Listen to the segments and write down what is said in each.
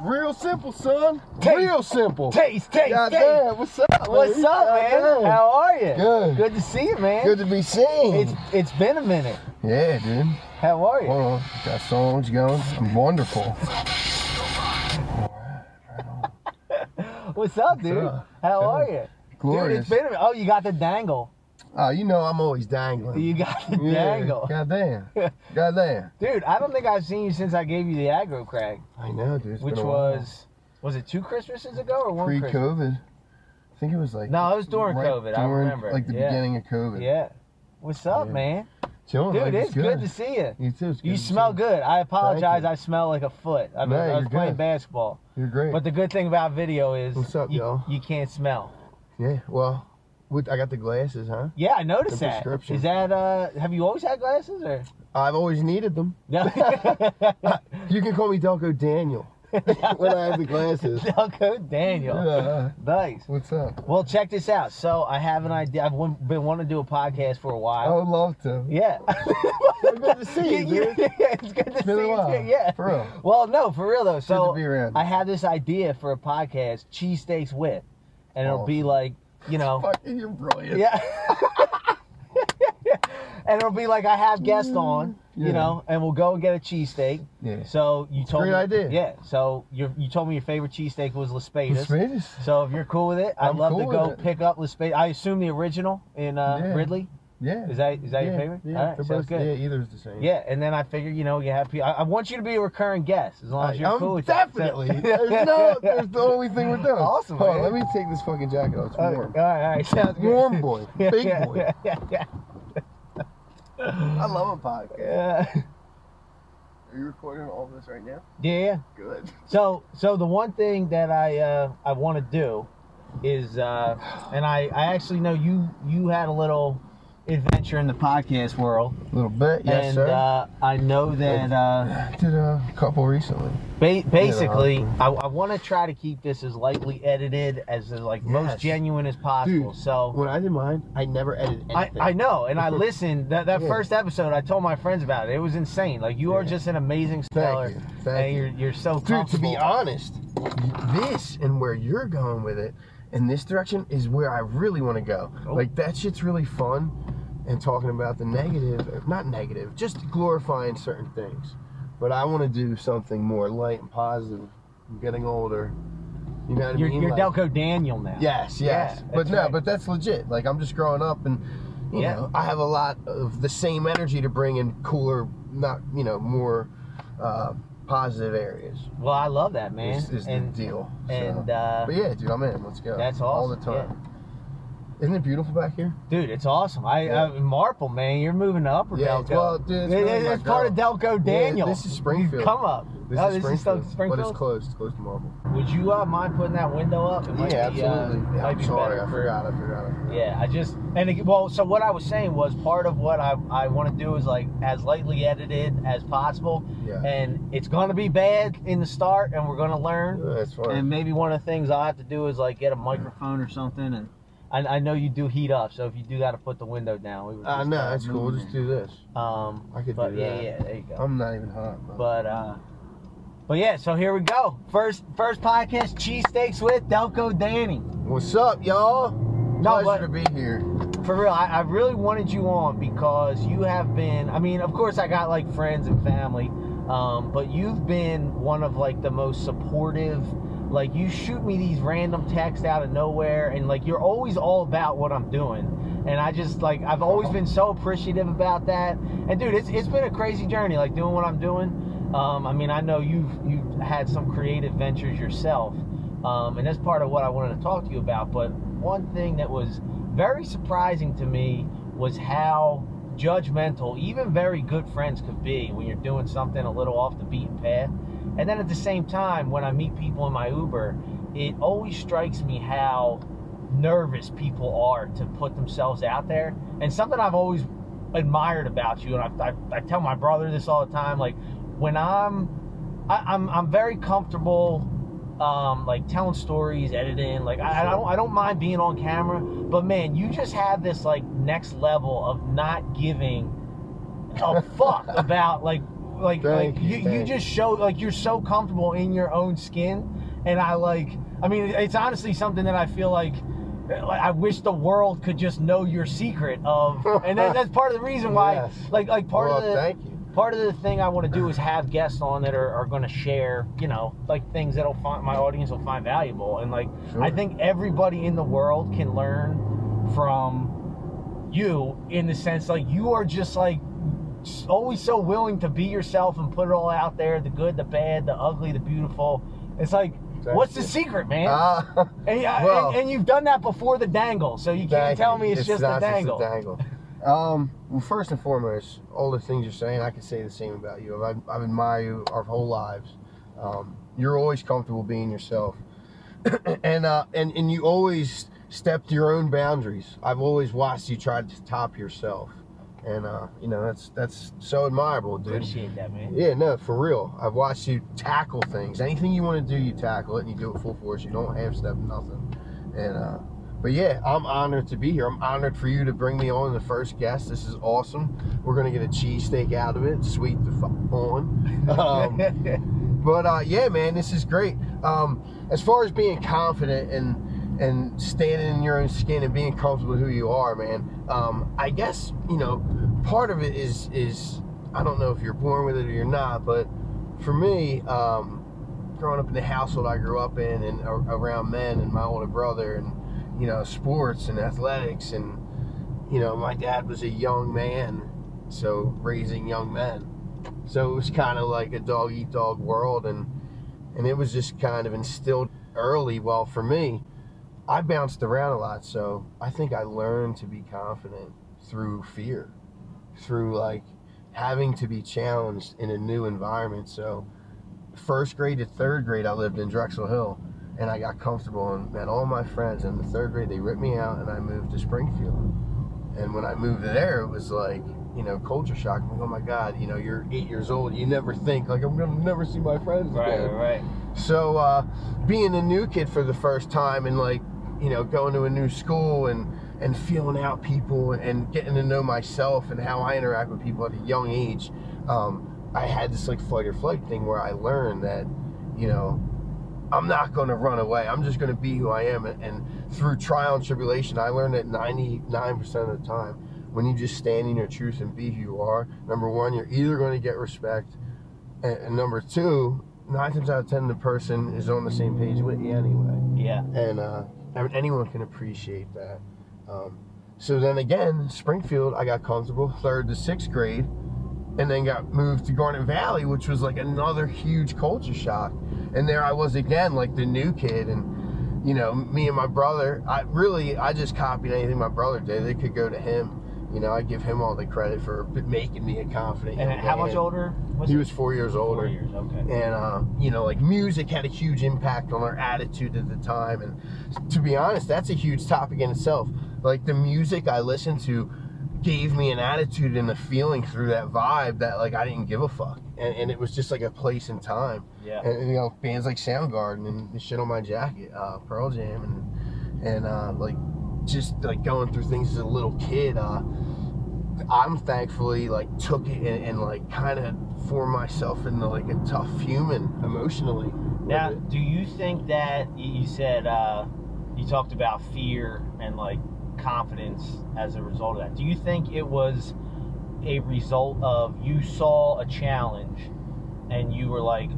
Real simple, son. Taste. Real simple. Taste, taste, taste. Goddamn, what's up? What's baby? up, man? Goddamn. How are you? Good. Good to see you, man. Good to be seen. It's it's been a minute. yeah, dude. How are you? Hold on. Got songs going. I'm wonderful. What's up, dude? Yeah. How Yeah. are you? Dude, uh, Glorious. it's been a minute. Oh, you got the dangle. oh, you know I'm always dangling. You got the yeah. dangle. Goddamn. Goddamn. Dude, I don't think I've seen you since I gave you the aggro crack, I know, dude. It's which been a while. was was it two Christmases ago or one Christmas? pre-COVID. I think it was like No, it was during right COVID, I remember. Like the Yeah. beginning of COVID. Yeah. What's up, Yeah. man? Chilling, Dude, like, it's good. to see you. You too. It's good You to smell see good. I apologize. you. I smell like a foot. I, mean, No, I was you're playing good. basketball. You're great. But the good thing about video is What's up, you, y'all? you can't smell. yeah. Well, with, I got the glasses, huh? Yeah, I noticed The that. prescription. Is that uh have you always had glasses or I've always needed them. no? You can call me Delco Daniel when I have the glasses. Delco Daniel. Yeah. Nice. What's up? Well, check this out. So I have an idea. I've wan- been wanting to do a podcast for a I while. would love to. Yeah. It's good Oh, to see you, dude. it's good to It's see been a you. while. too. Yeah. For real. Well, no, for real though. Good So to be around. I have this idea for a podcast, cheesesteaks with, and it'll be Awesome. like, you know, Fucking, you're brilliant. yeah. and it'll be like I have guests on, you Mm, Yeah. know, and we'll go and get a cheesesteak. Yeah. So you told great me, idea. yeah. So you you told me your favorite cheesesteak was It's Laspadas. Swedish. So if you're cool with it, I'd I'm love cool to with go it. pick up Laspadas. I assume the original in uh, Yeah. Ridley. Yeah. Is that is that your Yeah, favorite? Yeah. All right, they're sounds both- good. Yeah, either's the same. Yeah, and then I figure, you know, you have people. I, I want you to be a recurring guest as long as you're I'm cool with that. So- definitely. There's no. There's the only thing we're doing. Awesome, Hold on, let man. me take this fucking jacket off. It's all right, warm. all right, all right, sounds good. Warm boy, Yeah, big yeah, boy. Yeah, yeah, yeah. I love a podcast. Yeah. Are you recording all this right now? yeah, yeah. Good. So, so the one thing that I uh, I want to do is, uh, and I I actually know you you had a little adventure in the podcast world, A little bit, yes, and sir. uh, I know that. Uh, Did a couple recently. Ba- basically, I, I want to try to keep this as lightly edited as uh, like most Yes. genuine as possible. Dude, so When I did mine, I never edited I, anything. I know, and I listened that that Yeah. first episode. I told my friends about it. It was insane. Like you are Yeah. just an amazing speller, Thank you. and Thank you're you. you're so Dude, to comfortable. be honest, this and where you're going with it in this direction is where I really want to go. Cool. Like, that shit's really fun. And talking about the negative, not negative, just glorifying certain things. But I want to do something more light and positive. I'm getting older. You know what you're I mean? you're Like- Delco Daniel now. Yes, yes. Yeah, but that's no, right. but that's legit. Like I'm just growing up and you Yeah. know, I have a lot of the same energy to bring in cooler, not you know, more uh, positive areas Well, I love that man, is, is and the deal. So- and uh, but yeah, dude, I'm in. Let's go. that's all the awesome, time. Isn't it beautiful back here? dude, it's awesome. I, Yeah. I Marple man, you're moving up or Yeah, Delco. well, dude, it's It- really it- my it's part of Delco Yeah, Daniel. this is Springfield. Come up. This oh, is this Springfield, is still Springfield. but it's closed. It's closed to Marvel. Would you uh, mind putting that window up? It might yeah, be, uh, absolutely. Yeah, might I'm be sorry, better I for- forgot. I forgot. I forgot. Yeah, I just and it, well, so what I was saying was part of what I, I want to do is like as lightly edited as possible, Yeah, and it's gonna be bad in the start, and we're gonna learn. Yeah, that's fine. And maybe one of the things I will have to do is like get a microphone or something, and I, I know you do heat up, so if you do got to put the window down, we were Ah, just, no, uh, that's cool. We'll moving just do this. it. Um, I could but do yeah, that. yeah, there you go. I'm not even hot. Bro. But uh but yeah, so here we go. First first podcast, cheesesteaks with Delco Danny. What's up, y'all? No, Pleasure but- to be here. For real, I, I really wanted you on because you have been I mean, of course I got like friends and family, um, but you've been one of like the most supportive like you shoot me these random texts out of nowhere and like you're always all about what I'm doing. And I just like I've always been so appreciative about that. And dude, it's it's been a crazy journey, like doing what I'm doing. Um, I mean, I know you've you've had some creative ventures yourself, um, and that's part of what I wanted to talk to you about. But one thing that was very surprising to me was how judgmental even very good friends could be when you're doing something a little off the beaten path. And then at the same time, when I meet people in my Uber, it always strikes me how nervous people are to put themselves out there. And something I've always admired about you, and I, I, I tell my brother this all the time, like when I'm, I, I'm, I'm very comfortable, um, like telling stories, editing, like I, I don't, I don't mind being on camera, but man, you just have this like next level of not giving a fuck about like like Thank like you, you, you, thank just show like you're so comfortable in your own skin and I like I mean it's honestly something that I feel like like, I wish the world could just know your secret of and that, that's part of the reason why Yes. like like part well, of the thank you. part of the thing I want to do is have guests on that are, are going to share, you know, like things that'll find my audience will find valuable. And like, Sure. I think everybody in the world can learn from you in the sense like you are just like s- always so willing to be yourself and put it all out there the good, the bad, the ugly, the beautiful. It's like, Thank what's you. the secret, man? Ah, and, I- well- and, and you've done that before the dangle, so you can't thank tell you. me it's, just not a dangle. Just a dangle. Um, well, first and foremost, all the things you're saying, I can say the same about you. I've, I've admired you our whole lives. Um, you're always comfortable being yourself, and uh, and and you always step to your own boundaries. I've always watched you try to top yourself, and uh, you know that's that's so admirable, dude. Appreciate that, man. Yeah, no, for real. I've watched you tackle things. Anything you want to do, you tackle it and you do it full force. You don't half step nothing. And uh but yeah, I'm honored to be here. I'm honored for you to bring me on the first guest. This is awesome. We're gonna get a cheesesteak out of it, sweet the fuck on. Um, but uh, yeah, man, this is great. Um, as far as being confident and and standing in your own skin and being comfortable with who you are, man. Um, I guess you know part of it is is I don't know if you're born with it or you're not, but for me, um, growing up in the household I grew up in and ar- around men and my older brother and you know sports and athletics and you know my dad was a young man, so raising young men. So it was kind of like a dog eat dog world, and and it was just kind of instilled early. Well, for me, I bounced around a lot, so I think I learned to be confident through fear, through like having to be challenged in a new environment. So first grade to third grade, I lived in Drexel Hill, and I got comfortable and met all my friends. And in the third grade, they ripped me out, and I moved to Springfield. And when I moved there, it was like, you know, culture shock. I'm like, oh my God, you know, you're eight years old. You never think, like, I'm going to never see my friends Right, again. right. So, uh, being a new kid for the first time and, like, you know, going to a new school and, and feeling out people and getting to know myself and how I interact with people at a young age, um, I had this, like, fight or flight thing where I learned that, you know, I'm not going to run away. I'm just going to be who I am. And, and through trial and tribulation, I learned that 99% of the time, when you just stand in your truth and be who you are, number one, you're either going to get respect, and, and number two, nine times out of ten, the person is on the same page with you anyway Yeah. and uh, I mean, anyone can appreciate that. Um, so then again, Springfield, I got comfortable third to sixth grade, and then got moved to Garnet Valley, which was like another huge culture shock. And there I was again, like the new kid, and you know, me and my brother. I really, I just copied anything my brother did. They could go to him. You know, I give him all the credit for making me a confident. And young how much man. older was He he? was four years older Four years. Okay. and uh, you know like music had a huge impact on our attitude at the time and to be honest that's a huge topic in itself like the music i listened to gave me an attitude and a feeling through that vibe that like i didn't give a fuck and, and it was just like a place and time Yeah. and you know bands like Soundgarden and the shit on my jacket, uh, Pearl Jam, and and uh, like just like going through things as a little kid. Uh, I'm thankfully like took it and, and like kind of formed myself into like a tough human emotionally. with Now, it. do you think that y- you said uh, you talked about fear and like confidence as a result of that? Do you think it was a result of you saw a challenge and you were like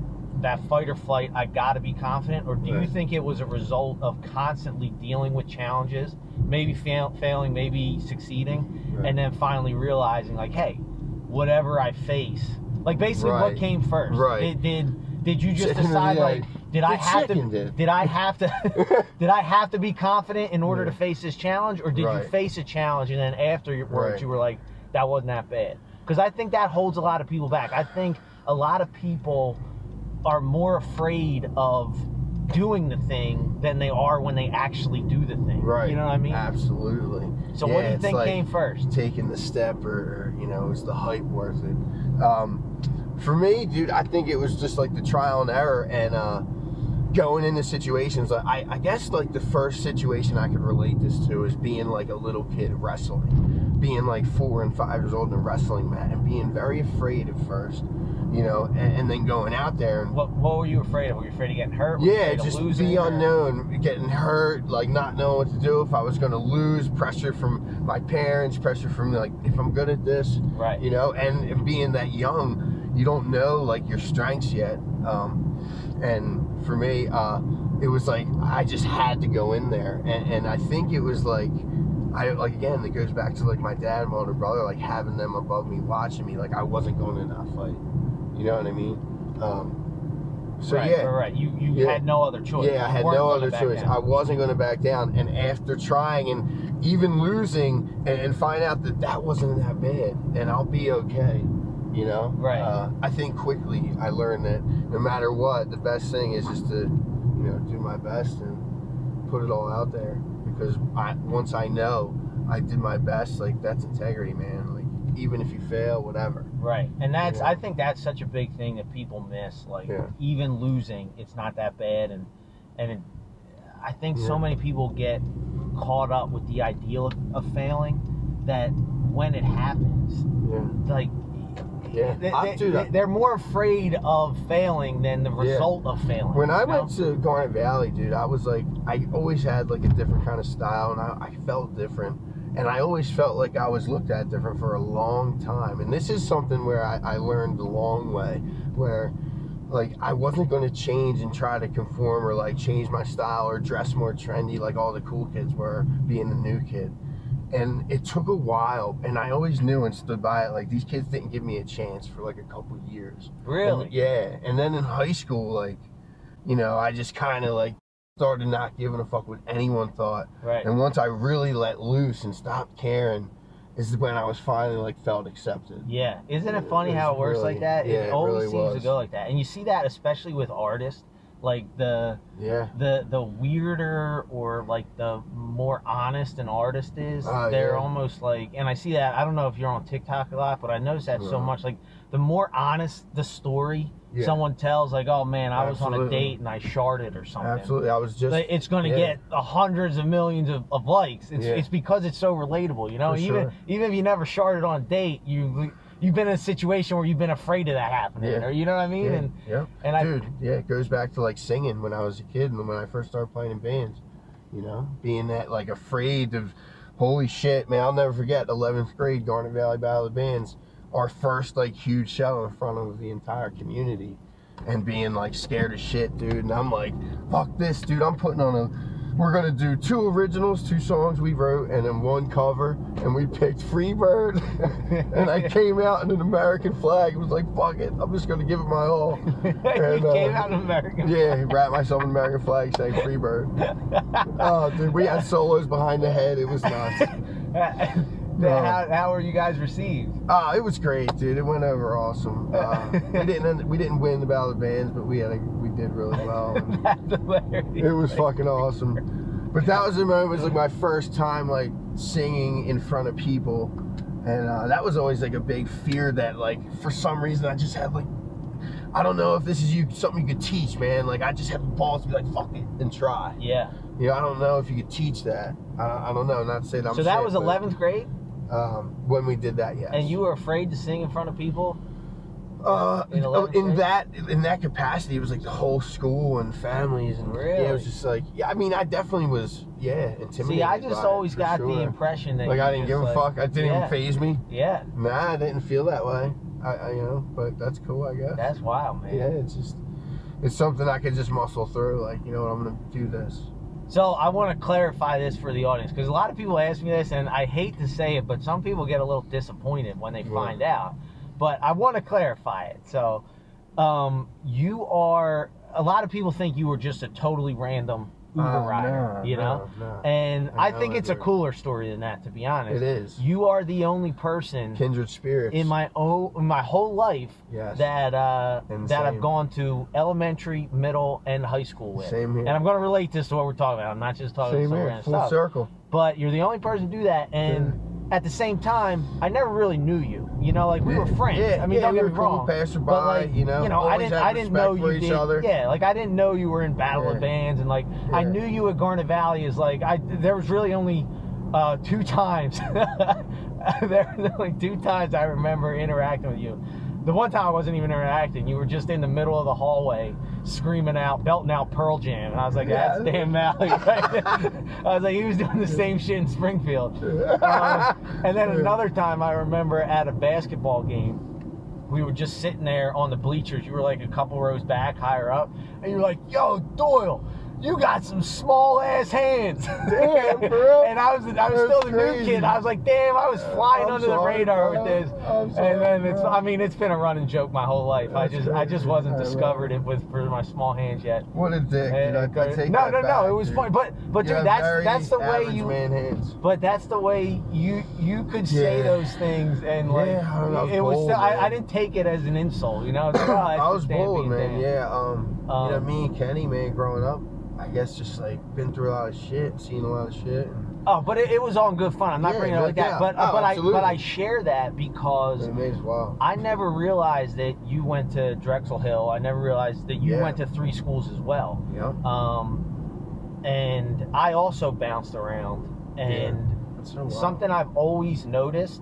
that fight or flight? I got to be confident, or do you Right. think it was a result of constantly dealing with challenges, maybe fail, failing, maybe succeeding, Right. and then finally realizing like, hey, whatever I face, like basically what Right. came first? Right. Did did, did you just Chicken or decide the like egg? did I The have to chicken did. I have to did I have to be confident in order to Yeah. face this challenge or did Right. you face a challenge and then afterwards Right. you were like that wasn't that bad because I think that holds a lot of people back I think a lot of people are more afraid of doing the thing than they are when they actually do the thing Right. you know what I mean Absolutely. so what Yeah, do you it's think like- came first taking the step or, or, you know is the hype worth it um, for me dude i think it was just like the trial and error and uh, going into situations like I, I guess like the first situation i could relate this to is being like a little kid wrestling being like four and five years old in a wrestling mat and being very afraid at first you know, and, and then going out there and What What were you afraid of? Were you afraid of getting hurt? Were you yeah, afraid of just losing, be or- unknown, getting hurt, like not knowing what to do. If I was going to lose, pressure from my parents, pressure from like if I'm good at this, Right. you know. And, and being that young, you don't know like your strengths yet. Um, and for me, uh, it was like I just had to go in there, and, and I think it was like. I like again. It goes back to like my dad, and my older brother, like having them above me, watching me. Like I wasn't going in that fight. You know what I mean? Um, so right, yeah, right, right. You you Yeah. had no other choice. yeah, I You had weren't no gonna other back choice. down. I wasn't going to back down. And after trying and even losing and, and find out that that wasn't that bad and I'll be okay, you know? Right. Uh, I think quickly I learned that no matter what, the best thing is just to, you know, do my best and put it all out there because I, once I know I did my best, like that's integrity, man. Like even if you fail, whatever. Right, and that's Yeah. I think that's such a big thing that people miss. Like Yeah. even losing, it's not that bad, and and it, I think so Yeah. many people get caught up with the ideal of, of failing that when it happens, Yeah. like Yeah. they, I do that. are more afraid of failing than the Yeah. result of failing. When I you know? went to Garnet Valley, dude, I was like, I always had like a different kind of style, and I, I felt different, and I always felt like I was looked at different for a long time. And this is something where I, I learned the long way, where like I wasn't going to change and try to conform or like change my style or dress more trendy like all the cool kids were, being the new kid. And it took a while, and I always knew and stood by it. Like these kids didn't give me a chance for like a couple years. And- really, yeah. And then in high school, like, you know, I just kind of like started not giving a fuck what anyone thought. right, And once I really let loose and stopped caring, is when I was finally like felt accepted. Yeah, isn't it It funny how was it works really- like that? yeah, it it always really seems to was. go like that, and you see that especially with artists, like the Yeah. the the weirder or like the more honest an artist is, Oh, they're yeah. almost like. And I see that. I don't know if you're on TikTok a lot, but I notice that so No. much. Like the more honest the story Uh-huh. Yeah. someone tells, like, oh man, I was on a Absolutely. date and I sharded or something. Absolutely. I was just. Oh, Like, it's going to yeah. get a hundreds of millions of, of likes. It's, Yeah. it's because it's so relatable, you know. For even sure. even if you never sharded on a date, you you've been in a situation where you've been afraid of that happening, Yeah. or you know what I mean. yeah, And yeah. and I Dude, yeah, it goes back to like singing when I was a kid and when I first started playing in bands, you know, being that like afraid of, holy shit, man, I'll never forget 11th grade Garnet Valley Battle of the Bands, our first like huge show in front of the entire community and being like scared as shit, dude. And I'm like, fuck this, dude, I'm putting on a, we're gonna do two originals, two songs we wrote, and then one cover, and we picked Freebird. and I came out in an American flag. It was like, fuck it, I'm just gonna give it my all. And, you uh, came out of American. Yeah, wrap myself in American flag, saying Freebird. Oh, dude, we had solos behind the head. It was nuts. No. how, how were you guys received? Ah, it was great, dude. It went over awesome. Uh, we didn't end, we didn't win the Battle of the Bands, but we had a, we did really well. And That's hilarious. it was fucking awesome. But that was the moment. It was like my first time like singing in front of people, and uh, that was always like a big fear that like for some reason I just had like I don't know if this is you something you could teach, man. Like I just had the balls to be like fuck it and try. yeah. You know, I don't know if you could teach that. I, I don't know. Not to say that. I'm so that sick, was but, 11th grade, um, when we did that. Yes. and you were afraid to sing in front of people. Uh, In in, 11th grade? that in that capacity, it was like the whole school and families and yeah, it Really? was just like yeah. I mean, I definitely was yeah intimidated. See, I by just it, always for got the sure. impression that like you I didn't just, give a like- fuck. I didn't yeah. even phase me. Yeah, Nah, I didn't feel that way. I, I you know, but that's cool. I guess. that's wild, man. yeah, it's just it's something I could just muscle through. Like you know what, I'm gonna do this. So I want to clarify this for the audience because a lot of people ask me this, and I hate to say it, but some people get a little disappointed when they Right. find out. But I want to clarify it. So um, you are. A lot of people think you were just a totally random Uber Uh, rider, nah, you know. nah, nah. And I I, think know it's a that. cooler story than that, to be honest. It is. You are the only person Kindred spirits. in my own in my whole life Yes. that uh, And that I've same. gone to elementary, middle, and high school with. Same here. And I'm going to relate this to what we're talking about. I'm not just talking same some here, random full stuff. circle. But you're the only person to do that, and at the same time, I never really knew you. You know, like we were Yeah, friends. yeah, I mean, yeah, don't we get were me cool wrong. passerby, but like, you know, I always didn't, had I didn't know respect you for each did. other. Yeah, like I didn't know you were in battle of Yeah. bands, and like I Yeah. knew you at Garnet Valley is like I there was really only uh, two times there was only two times I remember interacting with you. The one time I wasn't even interacting. You were just in the middle of the hallway screaming out, belting out Pearl Jam. And I was like, Yeah. that's Dan Malley. Right? I was like, he was doing the same shit in Springfield. Uh, and then another time I remember at a basketball game, we were just sitting there on the bleachers. You were like a couple rows back, higher up, and you're like, "Yo, Doyle, you got some small ass hands." Damn, bro. and I was, I was That's still the new crazy. kid. I was like, "Damn, I was flying I'm under the sorry, radar bro. with this." I'm sorry, and then it's, bro. I mean, it's been a running joke my whole life. I That's just, I just crazy. wasn't I love discovered it with for my small hands yet. What a dick, dude. I, I And- take that no, no, no. back, It was dude. funny, but, but You dude, have that's very that's the way average you. man hands. But that's the way you you could say Yeah. those things, and like Yeah, I don't know, I was it was. bold, still- man. I, I didn't take it as an insult, you know. It's like, "Oh, that's I just was Dan bold, being man. Dan." Yeah. Um, you know, Um, me and Kenny, man, growing up, I guess just like been through a lot of shit, seen a lot of shit. and Oh, but it, it was all in good fun. I'm not Yeah, bringing it no like that. doubt. But uh, Oh, but I absolutely. but I share that because It made us wild. I never realized that you went to Drexel Hill. I never realized that you Yeah. went to three schools as well. Yeah. Um, and I also bounced around and. That's so wild. something I've always noticed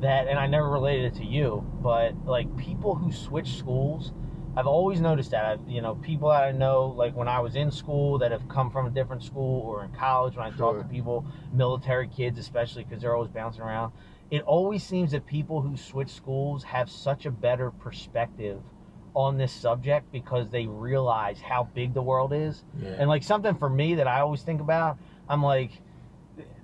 that, and I never related it to you, but like people who switch schools, I've always noticed that. I've, you know, people that I know, like when I was in school that have come from a different school or in college, when I talk Sure. to people, military kids especially, because they're always bouncing around. It always seems that people who switch schools have such a better perspective on this subject because they realize how big the world is Yeah. and like something for me that I always think about, I'm like,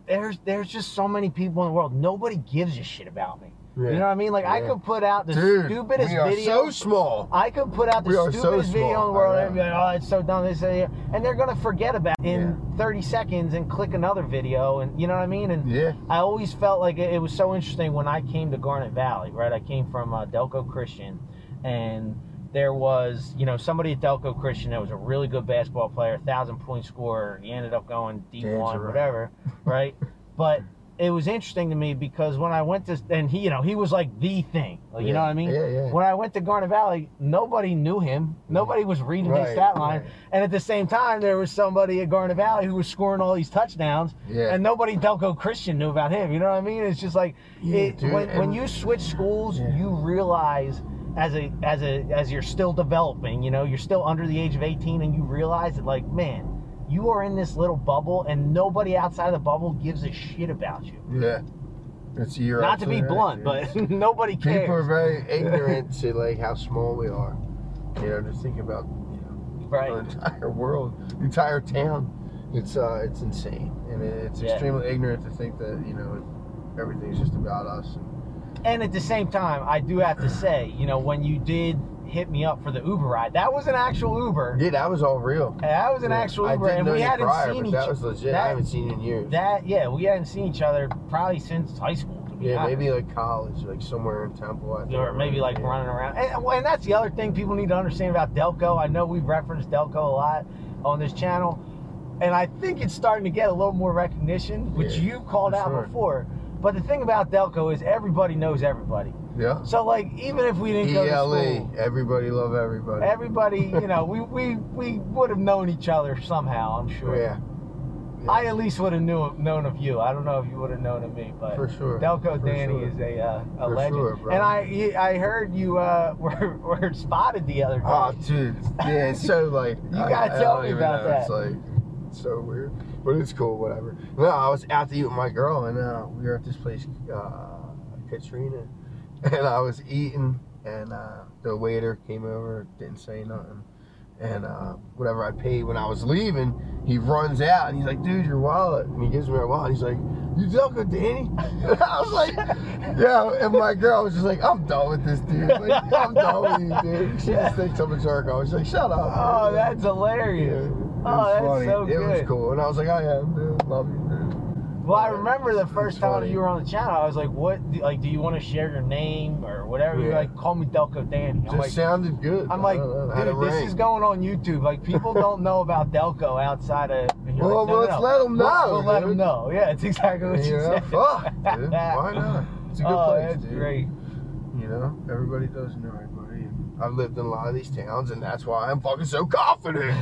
there's there's just so many people in the world. Nobody gives a shit about me. yeah. You know what I mean? Like I Yeah. could put out the Dude, stupidest we are video. so small. I could put out the We are so stupidest video in small. the world I and be like, oh, it's so dumb, this and that. And they're gonna forget about it in 30 seconds and click another video and you know what I mean? And Yeah. I always felt like it, it was so interesting when I came to Garnet Valley, right? I came from uh, Delco Christian, and there was, you know, somebody at Delco Christian that was a really good basketball player, thousand point scorer. He ended up going D Dan's one, right. whatever, right? But it was interesting to me because when I went to, and he, you know, he was like the thing, like, you know Yeah. what I mean? Yeah, yeah. When I went to Garnet Valley, nobody knew him. Nobody was reading his Right, stat line, right. and at the same time, there was somebody at Garnet Valley who was scoring all these touchdowns Yeah. and nobody Delco Christian knew about him. You know what I mean? It's just like Yeah, it, dude, when, when and- you switch schools, Yeah. you realize as a as a as you're still developing, you know, you're still under the age of 18, and you realize that like, man, you are in this little bubble, and nobody outside the bubble gives a shit about you. yeah. It's a year. Not to be blunt, but nobody cares. people are very ignorant to like how small we are. You know, just think about you know, the right. entire world, the entire town. It's uh, it's insane, and it- it's Yeah. extremely ignorant to think that you know everything's just about us. And, And at the same time, I do have to say, you know, when you did hit me up for the Uber ride, that was an actual Uber. yeah, that was all real. And That was an actual I Uber, didn't and know we you hadn't prior, seen but each That was legit. that- I haven't seen you in years. That yeah, we hadn't seen each other probably since high school. To be yeah, honest. maybe like college, like somewhere in Temple. I think. Or maybe like Yeah. running around. And, and that's the other thing people need to understand about Delco. I know we referenced Delco a lot on this channel, and I think it's starting to get a little more recognition, which Yeah, you called for out sure. before. But the thing about Delco is everybody knows everybody. Yeah. So like even if we didn't E go to ELE, school, everybody love everybody. everybody you know we we, we would have known each other somehow. I'm sure. yeah. Yeah. I at least would have knew known of you. I don't know if you would have known of me, but for sure. Delco For Danny sure. is a uh, a For legend, sure, bro. and I I heard you uh, were were spotted the other day. Oh, dude. Yeah, it's so like. You gotta tell don't me even about It's like it's so weird, but it's cool. Whatever. No, I was out to eat with my girl, and uh, we were at this place, uh, Katrina, and I was eating, and uh, the waiter came over, didn't say nothing. And uh, whatever I paid when I was leaving, he runs out and he's like, "Dude, your wallet!" And he gives me my wallet. He's like, "You Delco Danny?" And I was like, "Yeah." And my girl was just like, "I'm done with this dude. Like, I'm done with you, dude." She just thinks I'm a jerk. I was like, "Shut up." oh, man." that's hilarious. It was Oh, that's funny. so It was good. cool, and I was like, I am, dude. Love you, dude. Well, I remember the It's first time funny. you were on the channel, I was like, "What? do- Like, do you want to share your name or whatever?" You're Yeah. like, "Call me Delco Danny." I'm Just like, sounded good. "I'm I like, don't know, had a dude, this ring. is going on YouTube. Like, people don't know about Delco outside of." and you're Well, like, no, let's no, no. let 'em know, We'll, we'll let dude. them know. Yeah, it's exactly what You you know, said. fuck, dude. Why not? It's a good oh, place, that's dude. great. You know, everybody does know everybody. And I've lived in a lot of these towns, and that's why I'm fucking so confident.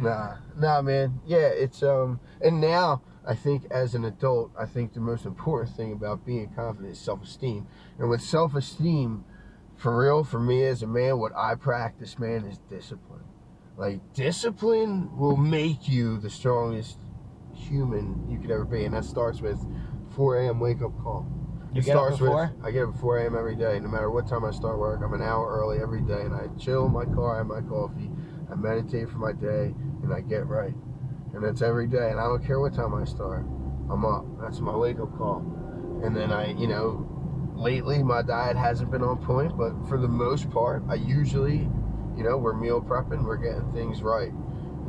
Nah, nah, man. Yeah, it's um, and now I think as an adult, I think the most important thing about being confident is self-esteem. And with self-esteem, for real, for me as a man, what I practice, man, is discipline. Like discipline will make you the strongest human you could ever be, and that starts with 4 a.m. wake up call. You it get up starts before? with I get up at 4 a.m. every day. No matter what time I start work, I'm an hour early every day, and I chill in my car, I have my coffee, I meditate for my day, and I get right. And that's every day, and I don't care what time I start. I'm up. That's my wake up call. And then I, you know, lately my diet hasn't been on point, but for the most part, I usually, you know, we're meal prepping, we're getting things right.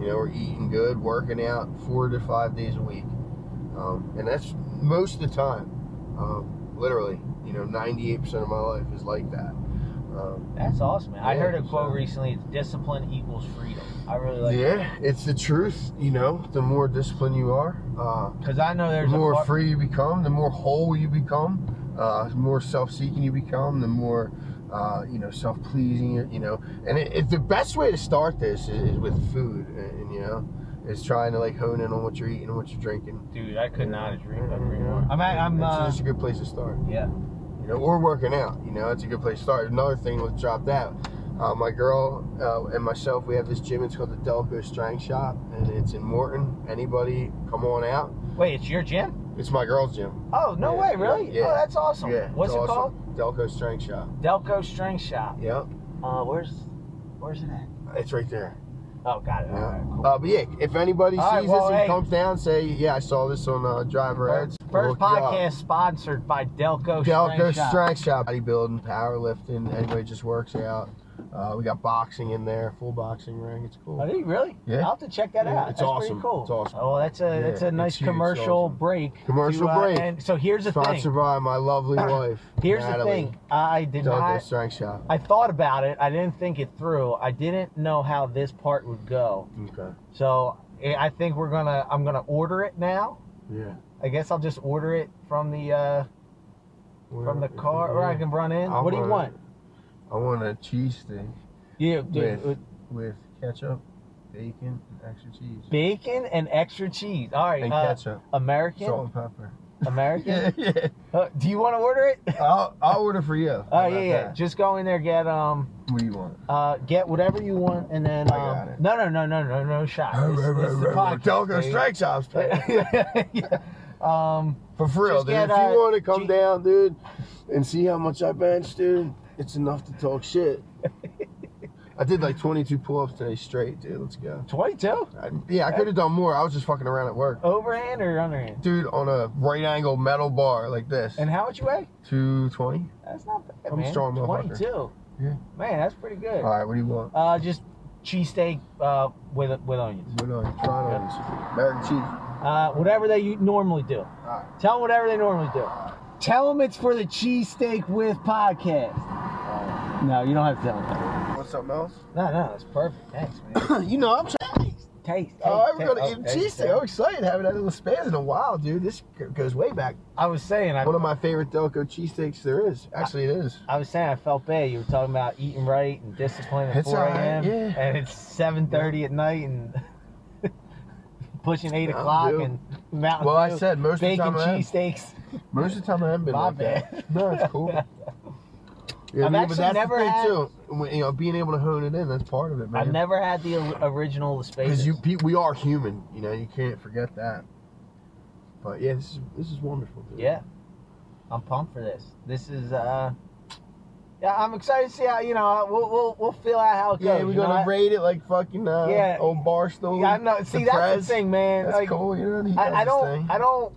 You know, we're eating good, working out four to five days a week. Um, and that's most of the time. Um, literally, you know, 98% of my life is like that. Um, That's awesome, man. I Yeah, heard a quote so- recently. It's discipline equals freedom. I really like that. yeah, it's the truth. You know, the more disciplined you are, uh, Because I know the there's more a part, free you become, the more whole you become, uh, the more self-seeking you become, the more uh, you know self-pleasing. you- You know, and it, it, the best way to start this is, is with food, and, and you know, is trying to like hone in on what you're eating and what you're drinking. dude. I could not have dreamed of Yeah. anymore. I'm, at, I'm, It's uh, just a good place to start. yeah. you know, or working out. You know, it's a good place to start. Another thing was dropped out. Uh, my girl uh, and myself, we have this gym. It's called the Delco Strength Shop, and it's in Morton. Anybody, come on out. Wait, it's your gym? It's my girl's gym. Oh, no Yeah, way, really? yeah. Oh, that's awesome. Yeah, it's What's it called? awesome. Delco Strength Shop. Delco String Shop. Yep, Uh, where's, where's it at? it's right there. Oh, got it. Yeah. All right, cool. Uh, but yeah, if anybody All right, sees well, this and hey. comes down, say, "Yeah, I saw this on uh, Driver Ed's." First, We'll first hook you up. podcast sponsored by Delco, Delco Strength Shop. Strength Shop. Bodybuilding, powerlifting, anybody just works out. Uh, we got boxing in there, full boxing ring. It's cool. Are they Oh, really? Yeah. I'll have to check that Yeah, out. it's that's awesome. Pretty cool. It's awesome. Oh, that's a that's Yeah, a it's nice huge. It's commercial awesome. break. Commercial uh, break. And so here's the Sponsored thing. by my lovely wife. Here's the Natalie. thing. I did Delco not. Strength Shop. I thought about it. I didn't think it through. I didn't know how this part would go. Okay. So eh, I think we're gonna. I'm gonna order it now. Yeah. I guess I'll just order it from the uh, from the car, or I can run in. I what do you want? I want a cheese steak Yeah, dude, with with ketchup, bacon, and extra cheese. bacon and extra cheese. All right, and uh, ketchup, American, salt and pepper. American. Yeah, yeah. Uh, do you want to order it? I'll, I'll order for you. How Oh about yeah, yeah. that? Just go in there, get um, What do you want? uh, get whatever you want, and then I got um, it. no, no, no, no, no, no shot. This, this is the podcast, Delco baby. Strike Shops. baby. Yeah. Um, For real, Just dude. get, if you uh, want to come G- down, dude, and see how much I bench, dude, it's enough to talk shit. I did like 22 pull-ups today straight, dude. Let's go. twenty-two I, yeah, I could have done more. I was just fucking around at work. overhand or underhand? dude on a right angle metal bar like this. And how much you weigh? 220. That's not bad, I'm man. strong motherfucker. Twenty-two. Yeah. Man, that's pretty good. All right, what do you want? Uh, just cheesesteak uh, with with onions. What on? Toronto American cheese. Uh, whatever they u- normally do. right. Tell them whatever they normally do. Tell them it's for the cheesesteak with podcast. No, you don't have to tell them. Want something else? No, no, it's perfect. Thanks, man. you know I'm. Trying. Taste. taste Oh, I'm taste. gonna eat taste, cheese. taste. I'm excited. Haven't had a little spans in a while, dude. This g- goes way back. I was saying, I, One of my favorite Delco cheesesteaks there is. Actually, it is. I was saying, I felt bad. You were talking about eating right and discipline at It's 4 alright, a.m. yeah. and it's 7:30 at night and pushing 8 I'm o'clock due. and Mountain Well, I Dew, said most of the bacon time I have. cheesesteaks. Most of the time I haven't been My like that. bad. No, it's cool. Yeah, I've man, actually but that's never the thing had- too. When- You know, being able to hone it in, that's part of it, man. I never had the or- original space. Because you, pe- we are human. You know, you can't forget that. But yeah, this is this is wonderful. Dude. yeah, I'm pumped for this. This is uh, yeah, I'm excited to see how you know we'll we'll, we'll feel out how it goes. Yeah, we're you know, gonna I- rate it like fucking uh, Yeah. old Barstool. Yeah, I know. See, that's Prez. the thing, man. That's like, cool. You know, he does I, I his don't, thing. I don't,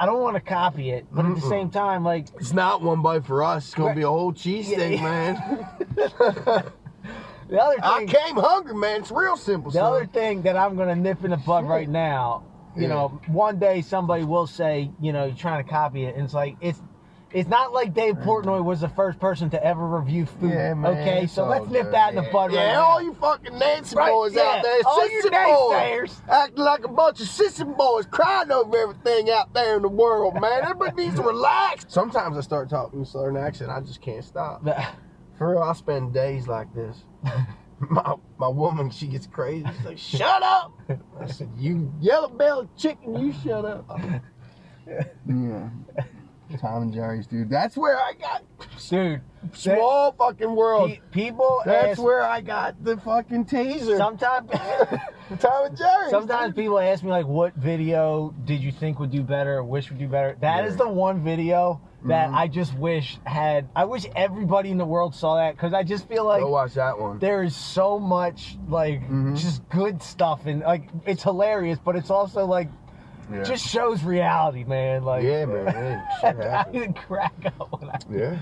I don't want to copy it, but at the Mm-mm. same time, like, It's not one bite for us. It's gonna be a whole cheesesteak, Yeah. man. the other I thing, came hungry, man. It's real simple. the son. other thing that I'm gonna nip in the bud right now, you Yeah. know, one day somebody will say, you know, you're trying to copy it, and it's like it's. It's not like Dave Portnoy was the first person to ever review food. Yeah, man, okay, it's so all let's nip good. that in Yeah. the bud Yeah, right now. all you fucking Nancy Right, boys yeah. out there, All you sissy boys, naysayers. acting like a bunch of sissy boys crying over everything out there in the world, man. Everybody needs to relax. Sometimes I start talking in a southern accent, I just can't stop. For real, I spend days like this. My my woman, she gets crazy. She's like, "Shut up!" I said, "You yellow belly chicken, you shut up." yeah, Tom and Jerry's, dude. That's where I got. dude. Small fucking world. pe- people That's ask, where I got the fucking taser. sometimes Tom and Jerry. sometimes people ask me like, what video did you think would do better? Wish would do better. That is Yeah. the one video that Mhm. I just wish had. I wish everybody in the world saw that because I just feel like Go watch that one. there is so much like Mhm. just good stuff and like it's hilarious, but it's also like Yeah. just shows reality, man. Like yeah, man. Hey, shit I happens. didn't crack up when I. Yeah.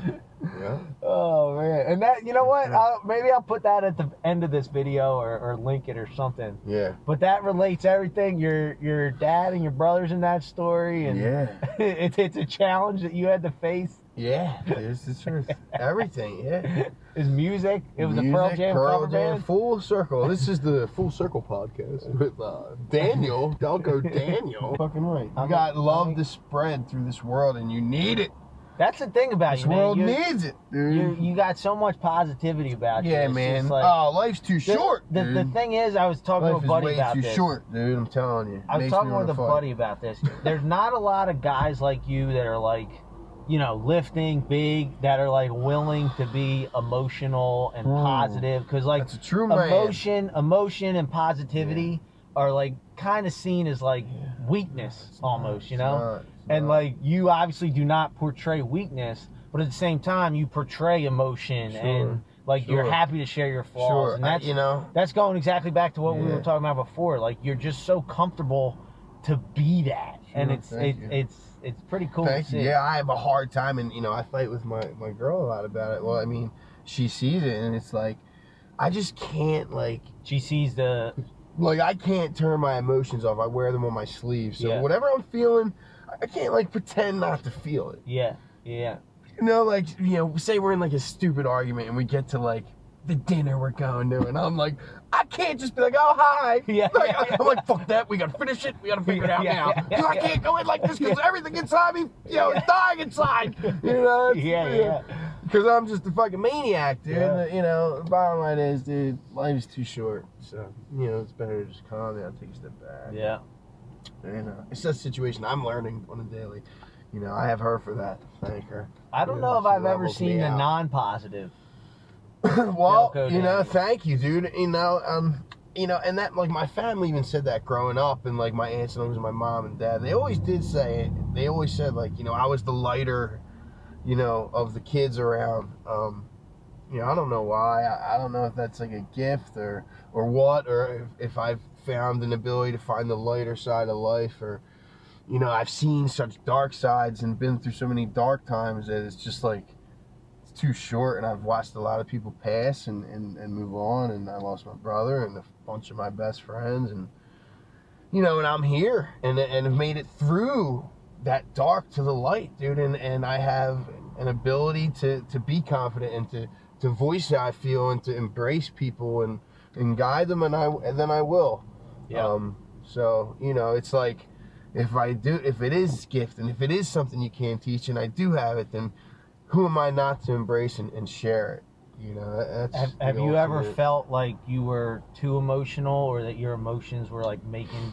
Yeah. Oh man, and that you know what? I'll, maybe I'll put that at the end of this video or, or link it or something. Yeah. But that relates everything. Your your dad and your brothers in that story, and Yeah. it's it's a challenge that you had to face. Yeah. Here's the truth. Everything. Yeah. Is music? It was a Pearl Music, Jam Pearl cover Jam, band. Full circle. This is the full circle podcast with uh, Daniel. Delco Daniel. Fucking right. You I'm- got love I'm- to spread through this world, and you need it. That's the thing about This you, man. world you, needs it, dude. you you got so much positivity about you. yeah, It's man. just like- oh, life's too the, short. The, dude. the thing is, I was talking Life to a is buddy way about too this. short, dude. I'm telling you. I was Makes talking me with wanna a fight. buddy about this. There's not a lot of guys like you that are like, you know, lifting big, that are like willing to be emotional and Mm. positive. Because like That's a true man. emotion, emotion and positivity are like kind of seen as like weakness almost, you know. It's not- and like you obviously do not portray weakness, but at the same time you portray emotion Sure. and like you're Sure. happy to share your flaws. sure, And I- that's you know. that's going exactly back to what we Yeah. were talking about before. Like you're just so comfortable to be that, and Sure, it's thank it, you. it's it's pretty cool. Thank to you. see. Yeah, I have a hard time, and you know, I fight with my my girl a lot about it. Well, I mean, she sees it, and it's like, I just can't like she sees the like I can't turn my emotions off. I wear them on my sleeve, so Yeah. whatever I'm feeling, I can't like pretend not to feel it. yeah yeah You know, like you know, say we're in like a stupid argument, and we get to like. The dinner we're going to, and I'm like, I can't just be like, oh hi, Yeah, Like, yeah, yeah. I'm like, fuck that, we gotta finish it, we gotta figure it out Yeah, now, yeah, yeah, 'Cause I yeah. can't go in like this because everything inside me, you know, is dying inside, you know? it's- yeah yeah. Cause I'm just a fucking maniac, dude. Yeah. You know, the bottom line is, dude, life's too short. So, you know, it's better to just calm down, take a step back. Yeah, You know, it's that situation I'm learning on a daily. You know, I have her for that. Thank her. I Yeah, don't know if she I've ever levels me seen a out. non-positive. well, Delco you know, Daniel. thank you, dude. You know, um, you know, and that like my family even said that growing up, and like my aunts and uncles, and my mom and dad, they always did say it. They always said like, you know, I was the lighter, you know, of the kids around. Um, you know, I don't know why. I, I don't know if that's like a gift or or what, or if, if I've found an ability to find the lighter side of life, or you know, I've seen such dark sides and been through so many dark times that it's just like it's too short and I've watched a lot of people pass and, and, and move on and I lost my brother and a bunch of my best friends and you know and I'm here and and have made it through that dark to the light dude and, and I have an ability to, to be confident and to, to voice how I feel and to embrace people and, and guide them and I and then I will Yeah, um, so you know, it's like if I do, if it is gift, and if it is something you can't teach, and I do have it, then who am I not to embrace and, and share it? You know, that- that's. have, the have you ever ultimate- felt like you were too emotional, or that your emotions were like making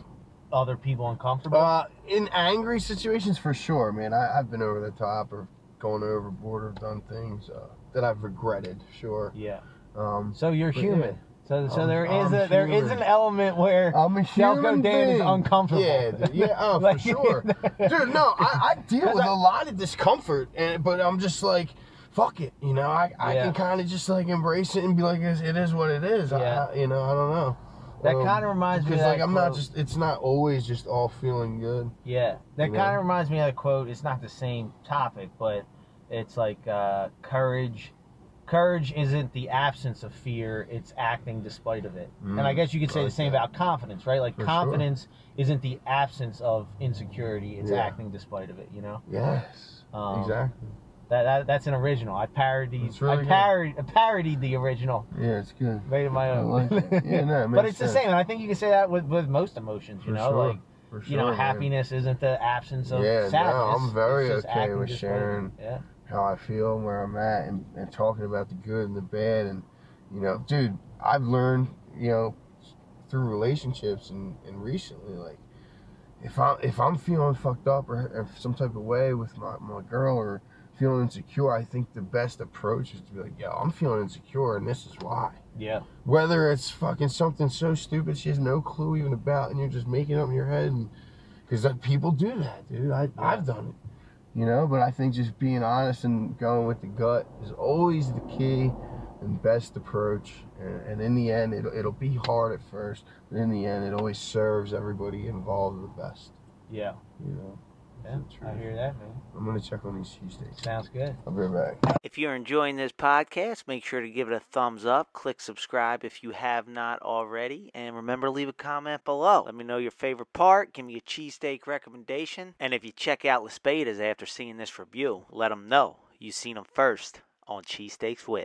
other people uncomfortable? Uh, in angry situations, for sure, man. I, I've been over the top or gone overboard or done things uh, that I've regretted, sure. yeah. Um, So you're but human. So so I'm- there is I'm a, there is human. an element where yeah. I'm a human Delco Dan Uh, is being. uncomfortable. Yeah, dude, yeah, oh, Like- for sure, dude. No, I, I deal That's with a lot of discomfort, and but I'm just like, fuck it, you know. I, I Yeah. can kind of just like embrace it and be like, "It's- it is what it is. Yeah. I, you know, I don't know. That kinda reminds me of because like that I'm not quote. just. It's not always just all feeling good. Yeah, that You know? kind of reminds me of a quote. It's not the same topic, but it's like uh, courage. Courage isn't the absence of fear; it's acting despite of it. And I Mm, guess you could I say the like same that. about confidence, right? Like For sure. confidence isn't the absence of insecurity; it's Yeah. acting despite of it. You know. Yes, Um, exactly. That, that that's an original. I parodied. That's really I good. parodied. I parodied the original. Yeah, it's good. Made it my I own. like it. Yeah, no, it but makes it's the sense. same, and I think you can say that with, with most emotions. You For know, sure. like For you know, sure, man. happiness isn't the absence of Yeah, no, sadness. I'm very It's just okay acting with this way. sharing. Yeah, how I feel and where I'm at and, and talking about the good and the bad and you know, dude, I've learned, you know, through relationships and, and recently, like if I am if I'm feeling fucked up or if some type of way with my, my girl or feeling insecure, I think the best approach is to be like, yo, I'm feeling insecure and this is why. Yeah. Whether it's fucking something so stupid she has no clue even about and you're just making it up in your head and because people do that, dude. I, I've done it, you know. But I think just being honest and going with the gut is always the key and best approach. And, and in the end, it'll, it'll be hard at first, but in the end, it always serves everybody involved the best, Yeah. you know. Yeah. It's the I truth. hear that, man. I'm gonna check on these cheesesteaks. Sounds good. I'll be right back. If you're enjoying this podcast, make sure to give it a thumbs up. Click subscribe if you have not already. And remember to leave a comment below. Let me know your favorite part. Give me a cheesesteak recommendation. And if you check out Las Pedas after seeing this review, let them know you seen them first on Cheesesteaks With.